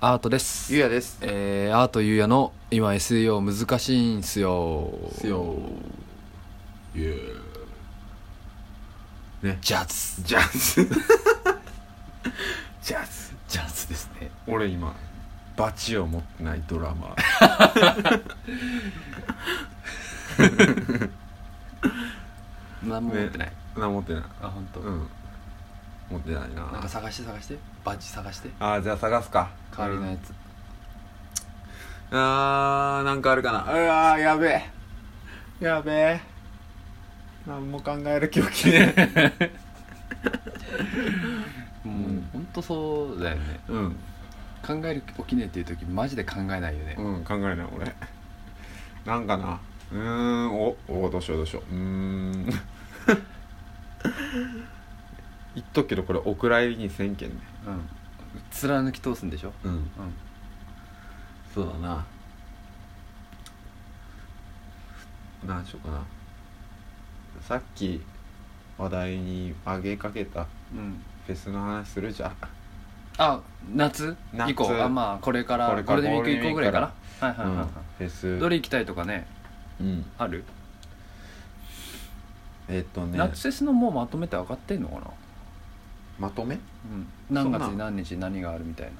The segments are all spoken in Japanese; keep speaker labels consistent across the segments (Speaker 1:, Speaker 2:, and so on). Speaker 1: アートです
Speaker 2: ゆうやです
Speaker 1: えー、アートゆうやの今 SEO 難しいんすよ
Speaker 2: すよイエー
Speaker 1: ジャズ
Speaker 2: ジャズ ジャズ
Speaker 1: ジャズですね
Speaker 2: 俺今バチを持ってないドラマー
Speaker 1: 何も持ってない、
Speaker 2: 何持って ない
Speaker 1: あ本当、
Speaker 2: うん持ってないな
Speaker 1: なんか探して探してバッジ探して
Speaker 2: あーじゃあ探すか
Speaker 1: 代わりのやつ、
Speaker 2: あーなんかあるかなうわーやべえやべえ何も考える気起きねえ
Speaker 1: もう本当そうだよね
Speaker 2: うん
Speaker 1: 考える起きねえっていう時マジで考えないよね、
Speaker 2: うん考えない俺なんかなうーんおおどうしようどうしよううーん 言っとくけどこれお蔵入りに1000件ね
Speaker 1: うん、貫き通すんでしょ
Speaker 2: うん
Speaker 1: うん
Speaker 2: そうだな何しようかなさっき話題に上げかけた
Speaker 1: うん
Speaker 2: フェスの話するじゃん
Speaker 1: あ夏
Speaker 2: 夏
Speaker 1: 以降あまあこれから
Speaker 2: こ
Speaker 1: これゴール
Speaker 2: れから
Speaker 1: デンウィーク以降ぐらいかなはいはいはい、
Speaker 2: うん
Speaker 1: は
Speaker 2: フェス
Speaker 1: いどれ行きたいとかね
Speaker 2: うん
Speaker 1: ある、
Speaker 2: えっとね
Speaker 1: 夏フェスのもうまとめて上がってんのかな、
Speaker 2: まとめ
Speaker 1: うん、何月
Speaker 2: そん
Speaker 1: に
Speaker 2: な
Speaker 1: 何日に何があるみたいな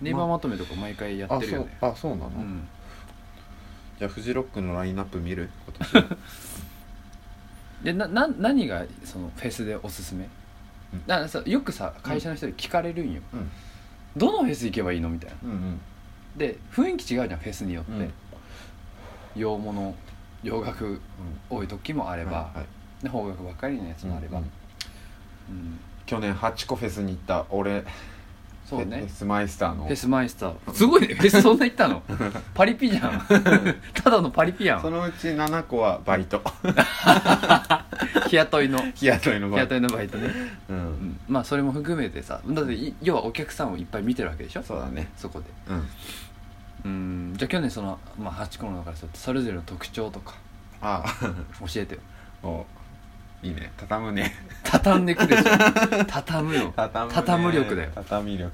Speaker 1: ネイバーまとめとか毎回やってるよね
Speaker 2: あそうあそうなの、
Speaker 1: うん
Speaker 2: じゃあフジロックのラインナップ見る 今年
Speaker 1: でなな何がそのフェスでおすすめ
Speaker 2: うん
Speaker 1: だからさよくさ会社の人に聞かれるんよ、
Speaker 2: うん
Speaker 1: どのフェス行けばいいのみたいな
Speaker 2: うん
Speaker 1: で雰囲気違うじゃんフェスによって、
Speaker 2: うん
Speaker 1: 洋物洋楽多い時もあ
Speaker 2: う
Speaker 1: れ
Speaker 2: ん
Speaker 1: ば、
Speaker 2: はいはい
Speaker 1: で方角ばっかりのやつもあれば、
Speaker 2: う
Speaker 1: うんん
Speaker 2: 去年8個フェスに行った俺
Speaker 1: そう
Speaker 2: フェ
Speaker 1: ね
Speaker 2: スマイスター
Speaker 1: フ
Speaker 2: の
Speaker 1: ェスマイスターすごい ねフェスそんな行ったのパリピじゃんただのパリピや
Speaker 2: そ
Speaker 1: ん
Speaker 2: のうち7個はバイ ト
Speaker 1: 日雇いの
Speaker 2: 日雇いの
Speaker 1: 日
Speaker 2: バイト
Speaker 1: 雇いのバイトね、
Speaker 2: う
Speaker 1: うんんまあそれも含めてさだってい要はお客さんをいっぱい見てるわけでしょ
Speaker 2: そうだね
Speaker 1: そこで
Speaker 2: うん
Speaker 1: うんじゃあ去年その、まあ、8個の中でさそれぞれの特徴とか
Speaker 2: あ
Speaker 1: 教えてよ
Speaker 2: あおいいね畳むね
Speaker 1: 畳んでくでし ょ畳むよ
Speaker 2: 畳む ね
Speaker 1: 畳む力だよ
Speaker 2: 畳力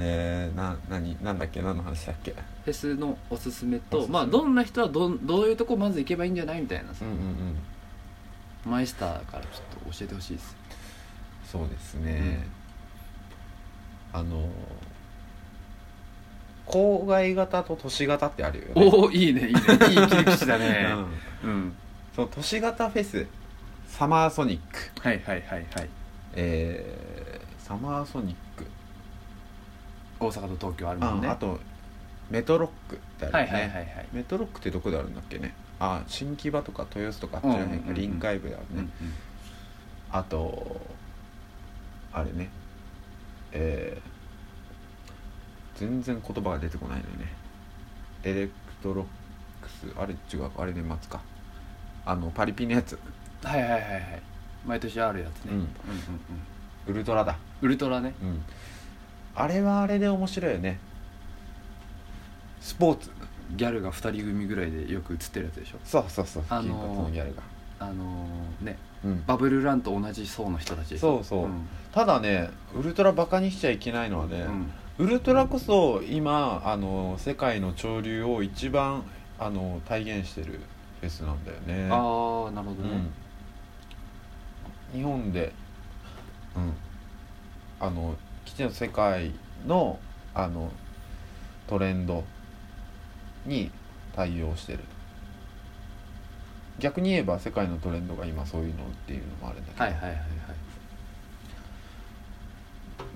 Speaker 2: えー、な何なんだっけ何の話だっけ
Speaker 1: フェスのおすすめ
Speaker 2: おす
Speaker 1: と
Speaker 2: すめ
Speaker 1: まあどんな人はどんどういうとこまず行けばいいんじゃないみたいなさ
Speaker 2: うんうんうん
Speaker 1: マイスターからちょっと教えてほしいです
Speaker 2: そうですね、あの郊外型と都市型ってあるよね
Speaker 1: おおいいねいいねいい切り口だね
Speaker 2: うん
Speaker 1: うん
Speaker 2: その都市型フェスサマーソニック
Speaker 1: はいはいはいはい
Speaker 2: えーサマーソニック
Speaker 1: 大阪と東京あるも
Speaker 2: あ,、
Speaker 1: んね
Speaker 2: あとメトロックってあ
Speaker 1: は
Speaker 2: る
Speaker 1: い
Speaker 2: よね、
Speaker 1: はいはいはい
Speaker 2: メトロックってどこであるんだっけねあ新木場とか豊洲とかあっちらへんか、
Speaker 1: うんうんうん
Speaker 2: 臨海部だよね、
Speaker 1: うんうん
Speaker 2: あとあれねえー全然言葉が出てこないのよねエレクトロックスあれ違うあれ年末かあのパリピのやつ
Speaker 1: はいはいはいはい毎年あるやつね
Speaker 2: うんウルトラだ
Speaker 1: ウルトラね
Speaker 2: うんあれはあれで面白いよねスポーツ
Speaker 1: ギャルが2人組ぐらいでよく映ってるやつでしょ
Speaker 2: そうそうそう
Speaker 1: あのー
Speaker 2: 金髪のギャルが、
Speaker 1: あのーね
Speaker 2: うん、
Speaker 1: バブルランと同じ層の人たちでし
Speaker 2: そ
Speaker 1: ょ
Speaker 2: うそうんただねウルトラバカにしちゃいけないのはね、
Speaker 1: うん
Speaker 2: ウルトラこそ今あの世界の潮流を一番あの体現してるフェスなんだよね
Speaker 1: ああなるほど
Speaker 2: う
Speaker 1: ね
Speaker 2: ん、日本で、うん、あのきちんと世界のあのトレンドに対応してる逆に言えば世界のトレンドが今そういうのっていうのもあるんだけど、
Speaker 1: はいはいはいはい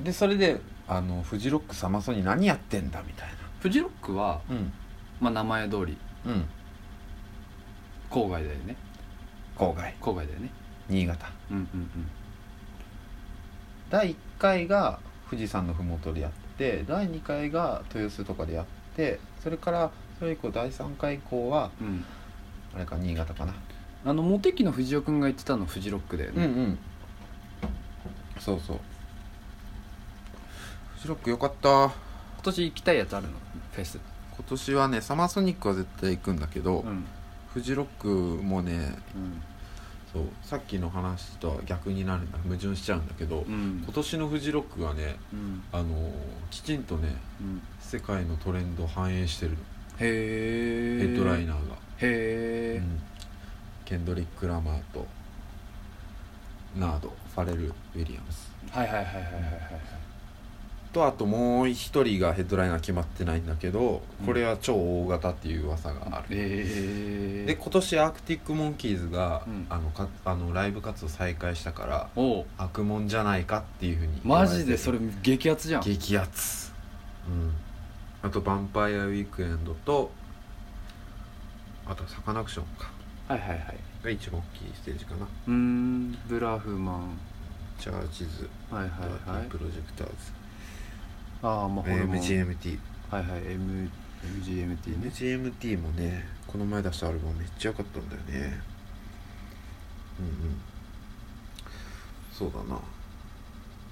Speaker 2: でそれであのフジロックサマソニ何やってんだみたい
Speaker 1: フジロックは
Speaker 2: なうん
Speaker 1: まあ名前通り
Speaker 2: うん
Speaker 1: 郊外だよね
Speaker 2: 郊外
Speaker 1: 郊外だよね
Speaker 2: 新潟
Speaker 1: うんうんうん
Speaker 2: 第1回が富士山の麓でやって第2回が豊洲とかでやってそれからそれ以降第3回以降は
Speaker 1: うん、
Speaker 2: あれか新潟かな
Speaker 1: あのモテキの藤尾君が言ってたのフジロックだよね、
Speaker 2: んそうそうフジロックよかった今
Speaker 1: 今年行きたいやつあるのフェス、
Speaker 2: 年はねサマーソニックは絶対行くんだけど、
Speaker 1: うん
Speaker 2: フジロックもねそうさっきの話とは逆になるんだ矛盾しちゃうんだけ
Speaker 1: う
Speaker 2: ど、
Speaker 1: ん
Speaker 2: 今年のフジロックはね
Speaker 1: うん
Speaker 2: あのーきちんとね
Speaker 1: うん
Speaker 2: 世界のトレンドを反映してるの
Speaker 1: へえ
Speaker 2: ヘッドライ
Speaker 1: ー
Speaker 2: ナーが、
Speaker 1: へえ、
Speaker 2: うんケンドリック・ラマーとナードファレル・ウィリアムス
Speaker 1: はいはいはいはいはいはい
Speaker 2: とあともう一人がヘッドライナー決まってないんだけど
Speaker 1: うん
Speaker 2: これは超大型っていう噂がある、
Speaker 1: えー、
Speaker 2: で今年アークティック・モンキーズが、
Speaker 1: うん
Speaker 2: あのかあのライブ活動再開したから
Speaker 1: おう
Speaker 2: 悪もんじゃないかっていうふうに
Speaker 1: マジでそれ
Speaker 2: 言わ
Speaker 1: 激アツじゃん
Speaker 2: れてる激アツうんあと「ヴァンパイア・ウィークエンドと」あと「サカナクションか
Speaker 1: はいはいはい
Speaker 2: が一番大きいステージかな
Speaker 1: うーんブラフマン
Speaker 2: チャーチズ
Speaker 1: はいはいはい
Speaker 2: プロジェクターズ、
Speaker 1: ああまあホルモン
Speaker 2: MGMT
Speaker 1: はいはい M MGMT ね
Speaker 2: MGMT もねこの前出したアルバムめっちゃ良かったんだよねうんうんそうだな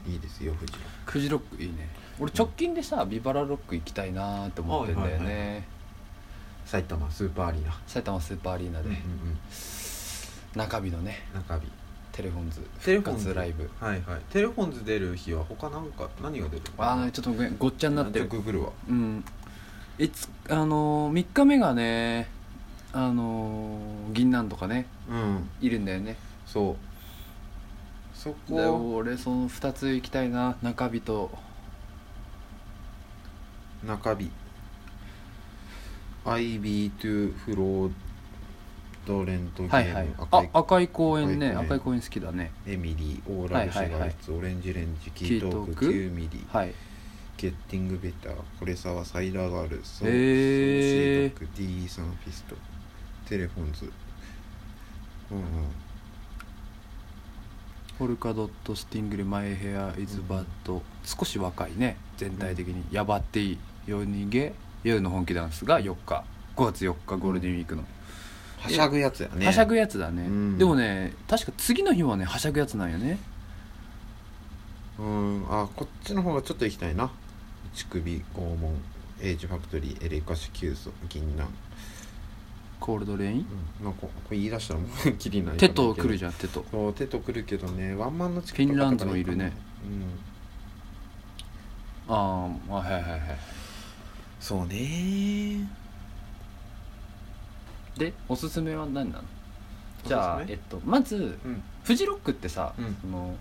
Speaker 2: いいですよ藤
Speaker 1: フジロックいいね俺直近でさ、ビバラロック行きたいなーと思ってんだよね、
Speaker 2: はいはい埼玉スーパーアリーナ
Speaker 1: 埼玉スーパーアリーナ
Speaker 2: う
Speaker 1: で、
Speaker 2: んうん
Speaker 1: 中日のね
Speaker 2: 中日
Speaker 1: テレフォンズ
Speaker 2: テレ
Speaker 1: 復
Speaker 2: フォンズ
Speaker 1: 活ライブ
Speaker 2: はいはいテレフォンズ出る日は他なんか何が出るの
Speaker 1: ああちょっとごめんごっちゃになって
Speaker 2: ちょっ
Speaker 1: る
Speaker 2: とググるわ
Speaker 1: うんいつあのー、3日目がねあのー、銀杏とかね
Speaker 2: うん
Speaker 1: いるんだよね
Speaker 2: そうそ
Speaker 1: で
Speaker 2: こ
Speaker 1: 俺その2つ行きたいな中日と
Speaker 2: 中日 IB2 フロードレントゲーム、
Speaker 1: はいはい
Speaker 2: 赤
Speaker 1: あ
Speaker 2: い
Speaker 1: 赤い公園ね
Speaker 2: 赤い公園
Speaker 1: 赤い公園好きだね
Speaker 2: エミリー、オーラルシェガ
Speaker 1: はい
Speaker 2: イ
Speaker 1: は
Speaker 2: ツ、オレンジレンジ、
Speaker 1: キ
Speaker 2: キ
Speaker 1: ー
Speaker 2: ー
Speaker 1: ト
Speaker 2: ト
Speaker 1: ーク
Speaker 2: ーク、9ミリ、
Speaker 1: はい
Speaker 2: ゲッティングベター、コレサワ、サイダーガール、ソ
Speaker 1: へー
Speaker 2: ソーシードック、D サンフィスト、テレフォンズ。うんうん。
Speaker 1: ポルカドットスティングルマイヘアイズバッド少し若いね全体的にやばっていい夜逃げ夜の本気ダンスが4日5月4日ゴールデンウィークの、
Speaker 2: はしゃぐやつやね。
Speaker 1: はしゃぐやつだね、
Speaker 2: うん
Speaker 1: でもね確か次の日はねはしゃぐやつなんよね
Speaker 2: うん、あ、こっちの方がちょっと行きたいな。乳首、拷問、エイジファクトリー、エレカシキューソ、銀杏。
Speaker 1: コールドレイン
Speaker 2: うん、なんか、これ言い出したらもう きりない。
Speaker 1: テト来るじ
Speaker 2: ゃん。
Speaker 1: ゃんテト
Speaker 2: そう、手と来るけどね、ワンマンのチ
Speaker 1: フィンランドもいるね。
Speaker 2: うん。
Speaker 1: あーあはいはいはい
Speaker 2: そうねー。
Speaker 1: でおすすめは何なの
Speaker 2: おすすめ
Speaker 1: じゃあ、えっと、まず
Speaker 2: うん。
Speaker 1: フジロックってさ、
Speaker 2: うん
Speaker 1: その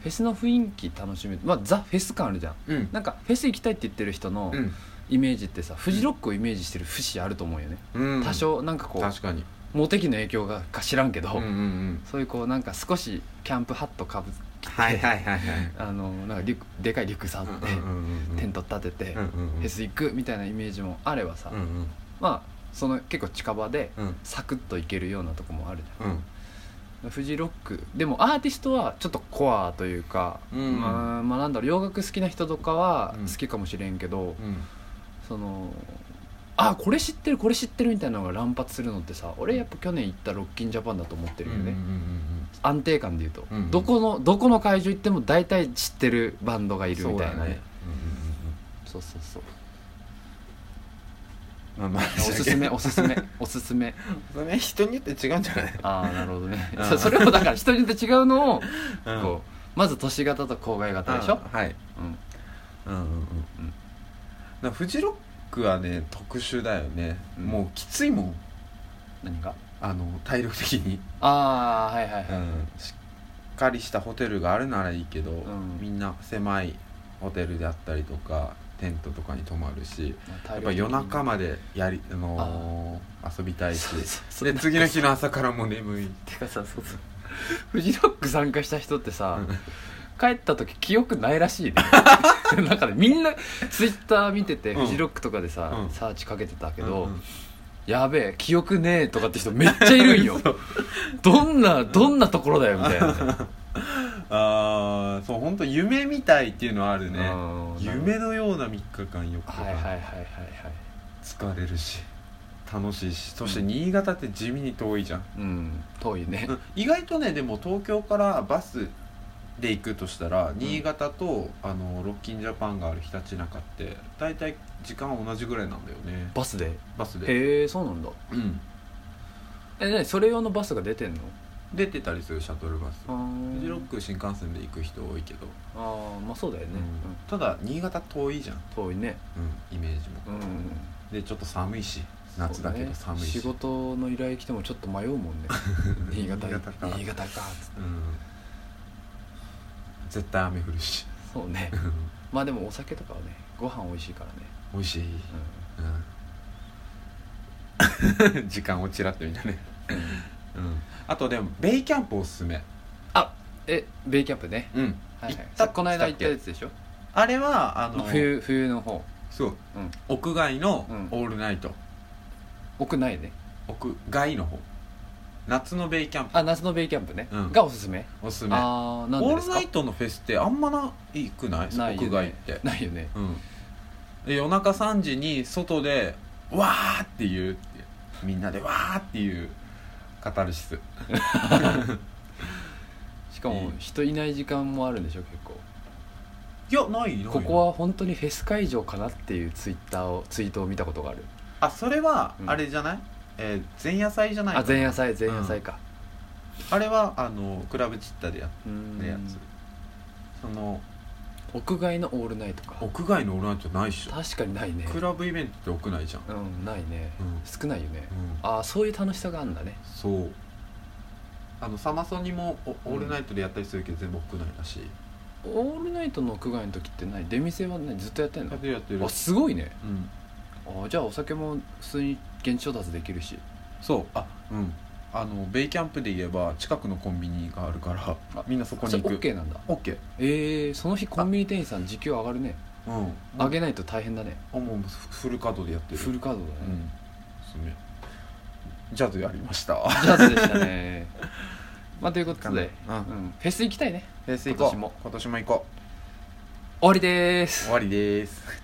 Speaker 1: フェスの雰囲気楽しめる、まあ、ザ・フェス感あるじゃん
Speaker 2: うん。
Speaker 1: なんかフェス行きたいって言ってる人の
Speaker 2: うん
Speaker 1: イメージってさ、フジロックをイメージしてる節あると思うよね、
Speaker 2: うん
Speaker 1: 多少なんかこう
Speaker 2: 確かに
Speaker 1: モテ期の影響がか知らんけど、
Speaker 2: うんうんうん
Speaker 1: そういうこうなんか少しキャンプハットかぶ
Speaker 2: はいはいはいはい
Speaker 1: あのなんかリュックでかいリュック触って、テン
Speaker 2: ト
Speaker 1: ト立てて、
Speaker 2: うんうんう
Speaker 1: フ
Speaker 2: ん
Speaker 1: ェス行くみたいなイメージもあればさ、
Speaker 2: うんうん
Speaker 1: まあその結構近場で
Speaker 2: うん
Speaker 1: サクッと行けるようなとこもあるじゃん
Speaker 2: うん
Speaker 1: フジロックでもアーティストはちょっとコアというか、
Speaker 2: うん
Speaker 1: まあまあなんだろう洋楽好きな人とかは
Speaker 2: うん
Speaker 1: 好きかもしれんけど、
Speaker 2: うん
Speaker 1: そのあこれ知ってるこれ知ってるみたいなのが乱発するのってさ俺やっぱ去年行ったロッキンジャパンだと思ってるよね、
Speaker 2: うんうん
Speaker 1: 安定感で言うと、
Speaker 2: うんうん
Speaker 1: どこのどこの会場行っても大体知ってるバンドが
Speaker 2: うん
Speaker 1: いるみたいなね
Speaker 2: う
Speaker 1: そうそうそう
Speaker 2: うんうんうんまあまあ
Speaker 1: おすすめおすすめおすすめ
Speaker 2: それね人によって違うんじゃない
Speaker 1: ああなるほどね
Speaker 2: う ん
Speaker 1: そそれをだから人によって違うのを
Speaker 2: うん
Speaker 1: こうまず都市型と郊外型でしょ
Speaker 2: あ、はい
Speaker 1: うん、
Speaker 2: うんうんうんうんなフジロックはね特殊だよね
Speaker 1: うん
Speaker 2: もうきついもん
Speaker 1: 何が
Speaker 2: あの体力的に
Speaker 1: ああはいはいはい、
Speaker 2: うんしっかりしたホテルがあるならいいけど、
Speaker 1: ん
Speaker 2: みんな狭いホテルであったりとかテントとかに泊まるし
Speaker 1: まあ
Speaker 2: やっぱ夜中
Speaker 1: ま
Speaker 2: までやり、あのー遊びたいし
Speaker 1: そうそうそう
Speaker 2: で次の日の朝からもう眠い
Speaker 1: でてかさそうそう フジロック参加した人ってさ、
Speaker 2: うん
Speaker 1: 帰った時記憶ないら しいねなんかねみんなツイッター見てて、
Speaker 2: うん
Speaker 1: フジロックとかでさ、
Speaker 2: うん
Speaker 1: サーチかけてたけど、
Speaker 2: うんうん
Speaker 1: やべえ記憶ねえとかって人めっちゃいるん よどんなどんなところだよみたいな、
Speaker 2: ああそう本当夢みたいっていうのはあるね
Speaker 1: うん
Speaker 2: 夢のような3日間よく
Speaker 1: はいはいはいはいはい
Speaker 2: 疲れるし楽しいしそして新潟って地味に遠いじゃん
Speaker 1: うん遠いね
Speaker 2: うん意外とねでも東京からバスで行くとしたら新潟と、あのロッキンジャパンがあるひたちなかって大体時間は同じぐらいなんだよね
Speaker 1: バスで
Speaker 2: バスで
Speaker 1: へえそうなんだ
Speaker 2: うん
Speaker 1: えねそれ用のバスが出てんの
Speaker 2: う出てたりするシャトルバスフジロ
Speaker 1: ー
Speaker 2: ック新幹線で行く人多いけど、
Speaker 1: あーまあそうだよね、うん
Speaker 2: ただ新潟遠いじゃん、
Speaker 1: 遠いね
Speaker 2: イメージも
Speaker 1: うん
Speaker 2: でちょっと寒いし夏だけど
Speaker 1: そう
Speaker 2: 寒
Speaker 1: ね
Speaker 2: いし、
Speaker 1: 仕事の依頼来てもちょっと迷うもん ね新潟
Speaker 2: 新潟か
Speaker 1: 新潟かっつって
Speaker 2: うん絶対雨降るし
Speaker 1: そうね
Speaker 2: うん
Speaker 1: まあでもお酒とかはねご飯美味しいからね、
Speaker 2: 美味しい、
Speaker 1: う
Speaker 2: うん 時間をちらっと見たね、うん、あとでもベイキャンプおすすめ
Speaker 1: ん、あえベイキャンプね
Speaker 2: うん
Speaker 1: はい、はい
Speaker 2: 行っ、た
Speaker 1: さこの間行ったや
Speaker 2: つ
Speaker 1: つでしょ
Speaker 2: あれはあの
Speaker 1: 冬冬の方
Speaker 2: そう、
Speaker 1: うん
Speaker 2: 屋外の
Speaker 1: うん
Speaker 2: オールナイト、
Speaker 1: 屋内ね
Speaker 2: 屋外の方夏のベイキャンプ
Speaker 1: あ夏のベイキャンプね、
Speaker 2: うん
Speaker 1: がおすすめ
Speaker 2: おすすめ
Speaker 1: ああなんで
Speaker 2: オー
Speaker 1: で
Speaker 2: ル
Speaker 1: すか
Speaker 2: ナイトのフェスってあんまないくない
Speaker 1: ないよね
Speaker 2: 屋外って
Speaker 1: ないよね
Speaker 2: うんで夜中3時に外でわーっていうっていうみんなでわーっていうカタルシス
Speaker 1: しか
Speaker 2: いい
Speaker 1: も人いない時間もあるんでしょ結構
Speaker 2: いやないない
Speaker 1: ここは本当にフェス会場かなっていうツイッターをツイートを見たことがある、
Speaker 2: あそれは
Speaker 1: うん
Speaker 2: あれじゃない、えー前夜祭じゃないか
Speaker 1: あ
Speaker 2: な
Speaker 1: 前夜祭前夜祭か、
Speaker 2: あれはあのクラブチッタでやっ
Speaker 1: うーん
Speaker 2: たやつその
Speaker 1: 屋外のオールナイトか
Speaker 2: 屋外のオールナイトないっしょ
Speaker 1: 確かにないね
Speaker 2: クラブイベントって屋内じゃん、
Speaker 1: うんないね、
Speaker 2: うん
Speaker 1: 少ないよね、
Speaker 2: うん
Speaker 1: ああそういう楽しさがあるんだね
Speaker 2: そうあのサマソニもおオ
Speaker 1: ん
Speaker 2: ールナイトでやったりするけど全部屋内だし、
Speaker 1: オールナイトの屋外の時って何出店はねずっとやってん
Speaker 2: やっ
Speaker 1: の
Speaker 2: てるやってる
Speaker 1: あすごいね
Speaker 2: うん
Speaker 1: あーじゃあお酒も普通に現地調達できるし
Speaker 2: そうあうんあのベイキャンプで言えば近くのコンビニがあるから
Speaker 1: あ
Speaker 2: みんなそこに
Speaker 1: それ
Speaker 2: 行く
Speaker 1: OK なんだ
Speaker 2: OK
Speaker 1: えー、その日コンビニ店員さん時給上がるね
Speaker 2: うん
Speaker 1: 上げないと大変だね
Speaker 2: あもうフフルカードでやってる
Speaker 1: フルカードだね、
Speaker 2: うんおすすめジャズやりました
Speaker 1: ジャズでしたね まあということで、
Speaker 2: うん
Speaker 1: うん、フェス行きたいね
Speaker 2: フェス行
Speaker 1: 今
Speaker 2: こう
Speaker 1: 年も
Speaker 2: 今年も行こ
Speaker 1: 終わりです
Speaker 2: う終わりです